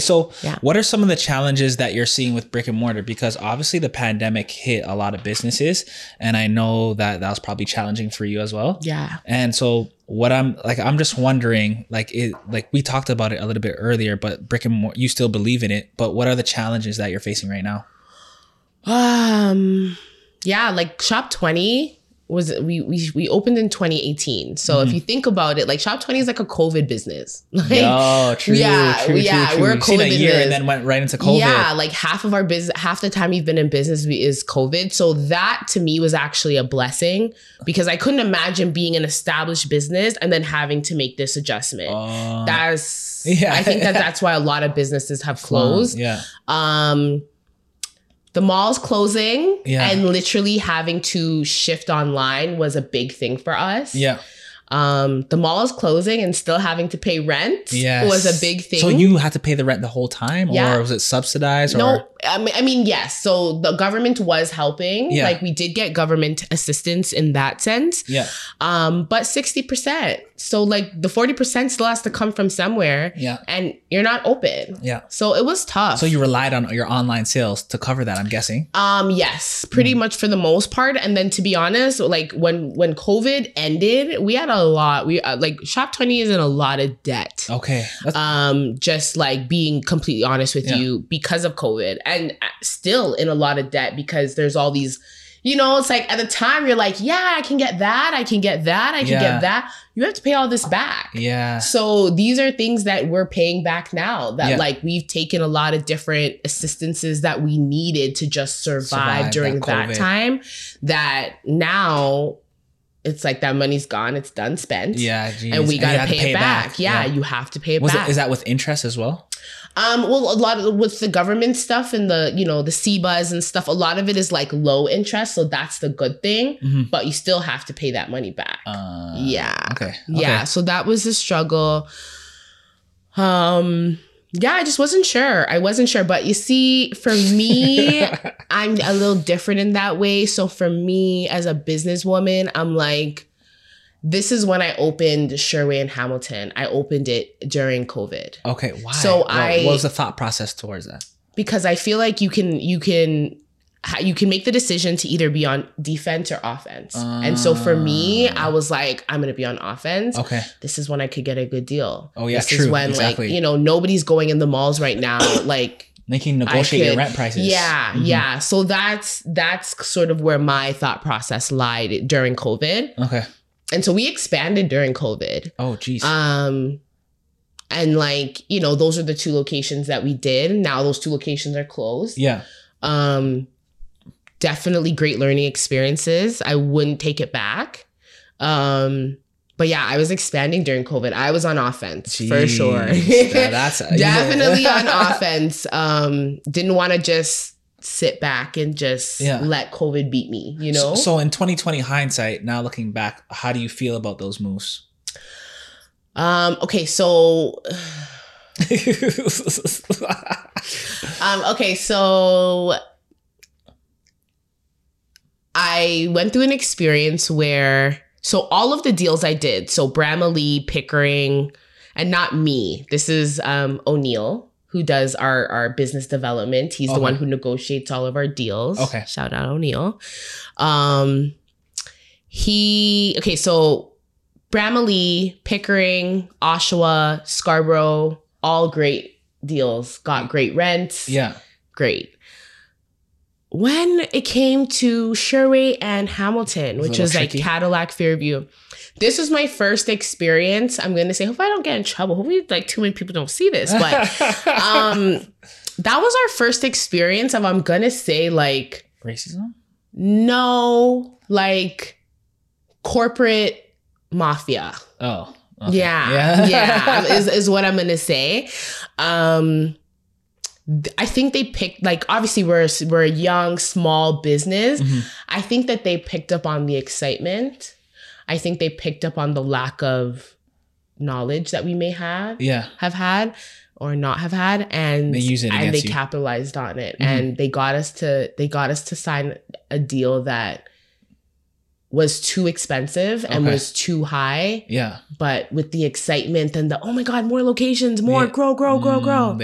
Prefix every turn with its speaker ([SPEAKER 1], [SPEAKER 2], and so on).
[SPEAKER 1] So,
[SPEAKER 2] Yeah.
[SPEAKER 1] what are some of the challenges that you're seeing with brick and mortar? Because obviously the pandemic hit a lot of businesses, and I know that that was probably challenging for you as well.
[SPEAKER 2] Yeah.
[SPEAKER 1] And so, what I'm like, I'm just wondering, like, it, like we talked about it a little bit earlier, but brick and mortar, you still believe in it, but what are the challenges that you're facing right now?
[SPEAKER 2] Um yeah, like shop 20 was we we, we opened in 2018. So
[SPEAKER 1] Mm-hmm.
[SPEAKER 2] if you think about it, like shop 20 is like a COVID business. Like
[SPEAKER 1] Oh, true,
[SPEAKER 2] Yeah,
[SPEAKER 1] true,
[SPEAKER 2] yeah,
[SPEAKER 1] true, true.
[SPEAKER 2] we're a
[SPEAKER 1] You've seen a
[SPEAKER 2] COVID
[SPEAKER 1] year
[SPEAKER 2] biz.
[SPEAKER 1] and then went right into COVID.
[SPEAKER 2] Yeah, like half of our business, half the time you've been in business we- is COVID. So that to me was actually a blessing because I couldn't imagine being an established business and then having to make this adjustment.
[SPEAKER 1] Oh,
[SPEAKER 2] that's
[SPEAKER 1] Yeah.
[SPEAKER 2] I think that that's why a lot of businesses have closed.
[SPEAKER 1] Yeah.
[SPEAKER 2] Um, the malls closing
[SPEAKER 1] Yeah.
[SPEAKER 2] and literally having to shift online was a big thing for us.
[SPEAKER 1] Yeah.
[SPEAKER 2] Um, the malls closing and still having to pay rent
[SPEAKER 1] Yes.
[SPEAKER 2] was a big thing.
[SPEAKER 1] So you had to pay the rent the whole time,
[SPEAKER 2] Yeah.
[SPEAKER 1] or was it subsidized? Or
[SPEAKER 2] No, I mean, I mean, yes. So the government was helping.
[SPEAKER 1] Yeah.
[SPEAKER 2] Like we did get government assistance in that sense.
[SPEAKER 1] yeah,
[SPEAKER 2] Um, but 60%. So like the 40% still has to come from somewhere
[SPEAKER 1] yeah,
[SPEAKER 2] and you're not open.
[SPEAKER 1] yeah.
[SPEAKER 2] So it was tough.
[SPEAKER 1] So you relied on your online sales to cover that. I'm guessing.
[SPEAKER 2] um yes,
[SPEAKER 1] Hmm.
[SPEAKER 2] pretty much for the most part and then to be honest, like when when COVID ended, we had a lot we uh, like shop 20 is in a lot of debt.
[SPEAKER 1] Okay. That's,
[SPEAKER 2] um just like being completely honest with
[SPEAKER 1] Yeah.
[SPEAKER 2] you because of covid and uh, still in a lot of debt because there's all these you know it's like at the time you're like yeah i can get that i can get that i can
[SPEAKER 1] Yeah.
[SPEAKER 2] get that you have to pay all this back
[SPEAKER 1] yeah.
[SPEAKER 2] so these are things that we're paying back now that
[SPEAKER 1] Yeah.
[SPEAKER 2] like we've taken a lot of different assistances that we needed to just survive,
[SPEAKER 1] Survive
[SPEAKER 2] during
[SPEAKER 1] that
[SPEAKER 2] that,
[SPEAKER 1] COVID.
[SPEAKER 2] time that now it's like that money's gone it's done spent
[SPEAKER 1] Yeah. Geez.
[SPEAKER 2] and we
[SPEAKER 1] you
[SPEAKER 2] gotta
[SPEAKER 1] had
[SPEAKER 2] pay, it back. Yeah, you have to pay it
[SPEAKER 1] Was
[SPEAKER 2] back.
[SPEAKER 1] it, is that with interest as well?
[SPEAKER 2] Um, well, a lot of with the government stuff and the you know the CBUS and stuff, a lot of it is like low interest, so that's the good thing.
[SPEAKER 1] Mhm.
[SPEAKER 2] But you still have to pay that money back.
[SPEAKER 1] Uh,
[SPEAKER 2] yeah,
[SPEAKER 1] Okay. okay.
[SPEAKER 2] yeah. So that was the struggle. Um, yeah, I just wasn't sure. I wasn't sure, but you see, for me, I'm a little different in that way. So for me, as a businesswoman, I'm like, this is when I opened Sherway and Hamilton. I opened it during COVID.
[SPEAKER 1] Okay. Why?
[SPEAKER 2] So
[SPEAKER 1] What-
[SPEAKER 2] I-
[SPEAKER 1] What was the thought process towards that?
[SPEAKER 2] because I feel like you can you can ha- you can make the decision to either be on defense or offense. and so for me,
[SPEAKER 1] Ah.
[SPEAKER 2] I was like, I'm gonna be on offense.
[SPEAKER 1] Okay.
[SPEAKER 2] This is when I could get a good deal.
[SPEAKER 1] Oh, yeah,
[SPEAKER 2] this is
[SPEAKER 1] true,
[SPEAKER 2] when
[SPEAKER 1] exactly.
[SPEAKER 2] like you know nobody's going in the malls right now. like
[SPEAKER 1] Then you can negotiate your
[SPEAKER 2] could-
[SPEAKER 1] rent prices.
[SPEAKER 2] yeah,
[SPEAKER 1] Mhm.
[SPEAKER 2] yeah. So that's that's sort of where my thought process lied during COVID.
[SPEAKER 1] Okay.
[SPEAKER 2] And so we expanded during COVID.
[SPEAKER 1] Oh, geez.
[SPEAKER 2] Um, and like you know, those are the two locations that we did. Now those two locations are closed
[SPEAKER 1] yeah.
[SPEAKER 2] um definitely great learning experiences i wouldn't take it back um but yeah i was expanding during covid i was on offense for sure
[SPEAKER 1] Jeez. That- that's
[SPEAKER 2] definitely on offense um didn't want to just sit back and just
[SPEAKER 1] Yeah.
[SPEAKER 2] let covid beat me you
[SPEAKER 1] So-
[SPEAKER 2] know
[SPEAKER 1] So, in 2020 hindsight, now looking back, how do you feel about those moves?
[SPEAKER 2] um okay so um okay so I went through an experience where so all of the deals I did, so Bramley, Pickering, and not me. This is um O'Neill who does our our business development. He's the
[SPEAKER 1] Okay.
[SPEAKER 2] one who negotiates all of our deals.
[SPEAKER 1] Okay.
[SPEAKER 2] Shout out O'Neill. Um he okay, so Bramley, Pickering, Oshawa, Scarborough, all great deals, got great rents
[SPEAKER 1] Mm. yeah.
[SPEAKER 2] great. When it came to Sherway and Hamilton,
[SPEAKER 1] Was it a
[SPEAKER 2] which
[SPEAKER 1] little
[SPEAKER 2] was like
[SPEAKER 1] tricky?
[SPEAKER 2] Cadillac Fairview, this was my first experience. I'm gonna say, hope I don't get in trouble. Hopefully, like too many people don't see this, but um, that was our first experience of I'm gonna say like
[SPEAKER 1] racism?
[SPEAKER 2] no, like corporate mafia.
[SPEAKER 1] Oh. okay.
[SPEAKER 2] Yeah. Yeah. is, is what I'm going to say. Um, th- I think they picked, like, obviously, we're, a s- we're a young, small business.
[SPEAKER 1] Mhm.
[SPEAKER 2] I think that they picked up on the excitement. I think they picked up on the lack of knowledge that we may have,
[SPEAKER 1] Yeah.
[SPEAKER 2] have had or not have had. And
[SPEAKER 1] They use it
[SPEAKER 2] and they
[SPEAKER 1] against you.
[SPEAKER 2] capitalized on it.
[SPEAKER 1] Mhm.
[SPEAKER 2] And they got us to, they got us to sign a deal that was too expensive and
[SPEAKER 1] Okay.
[SPEAKER 2] was too high
[SPEAKER 1] Yeah.
[SPEAKER 2] but with the excitement and the oh my god more locations more grow grow grow
[SPEAKER 1] Mm,
[SPEAKER 2] grow
[SPEAKER 1] they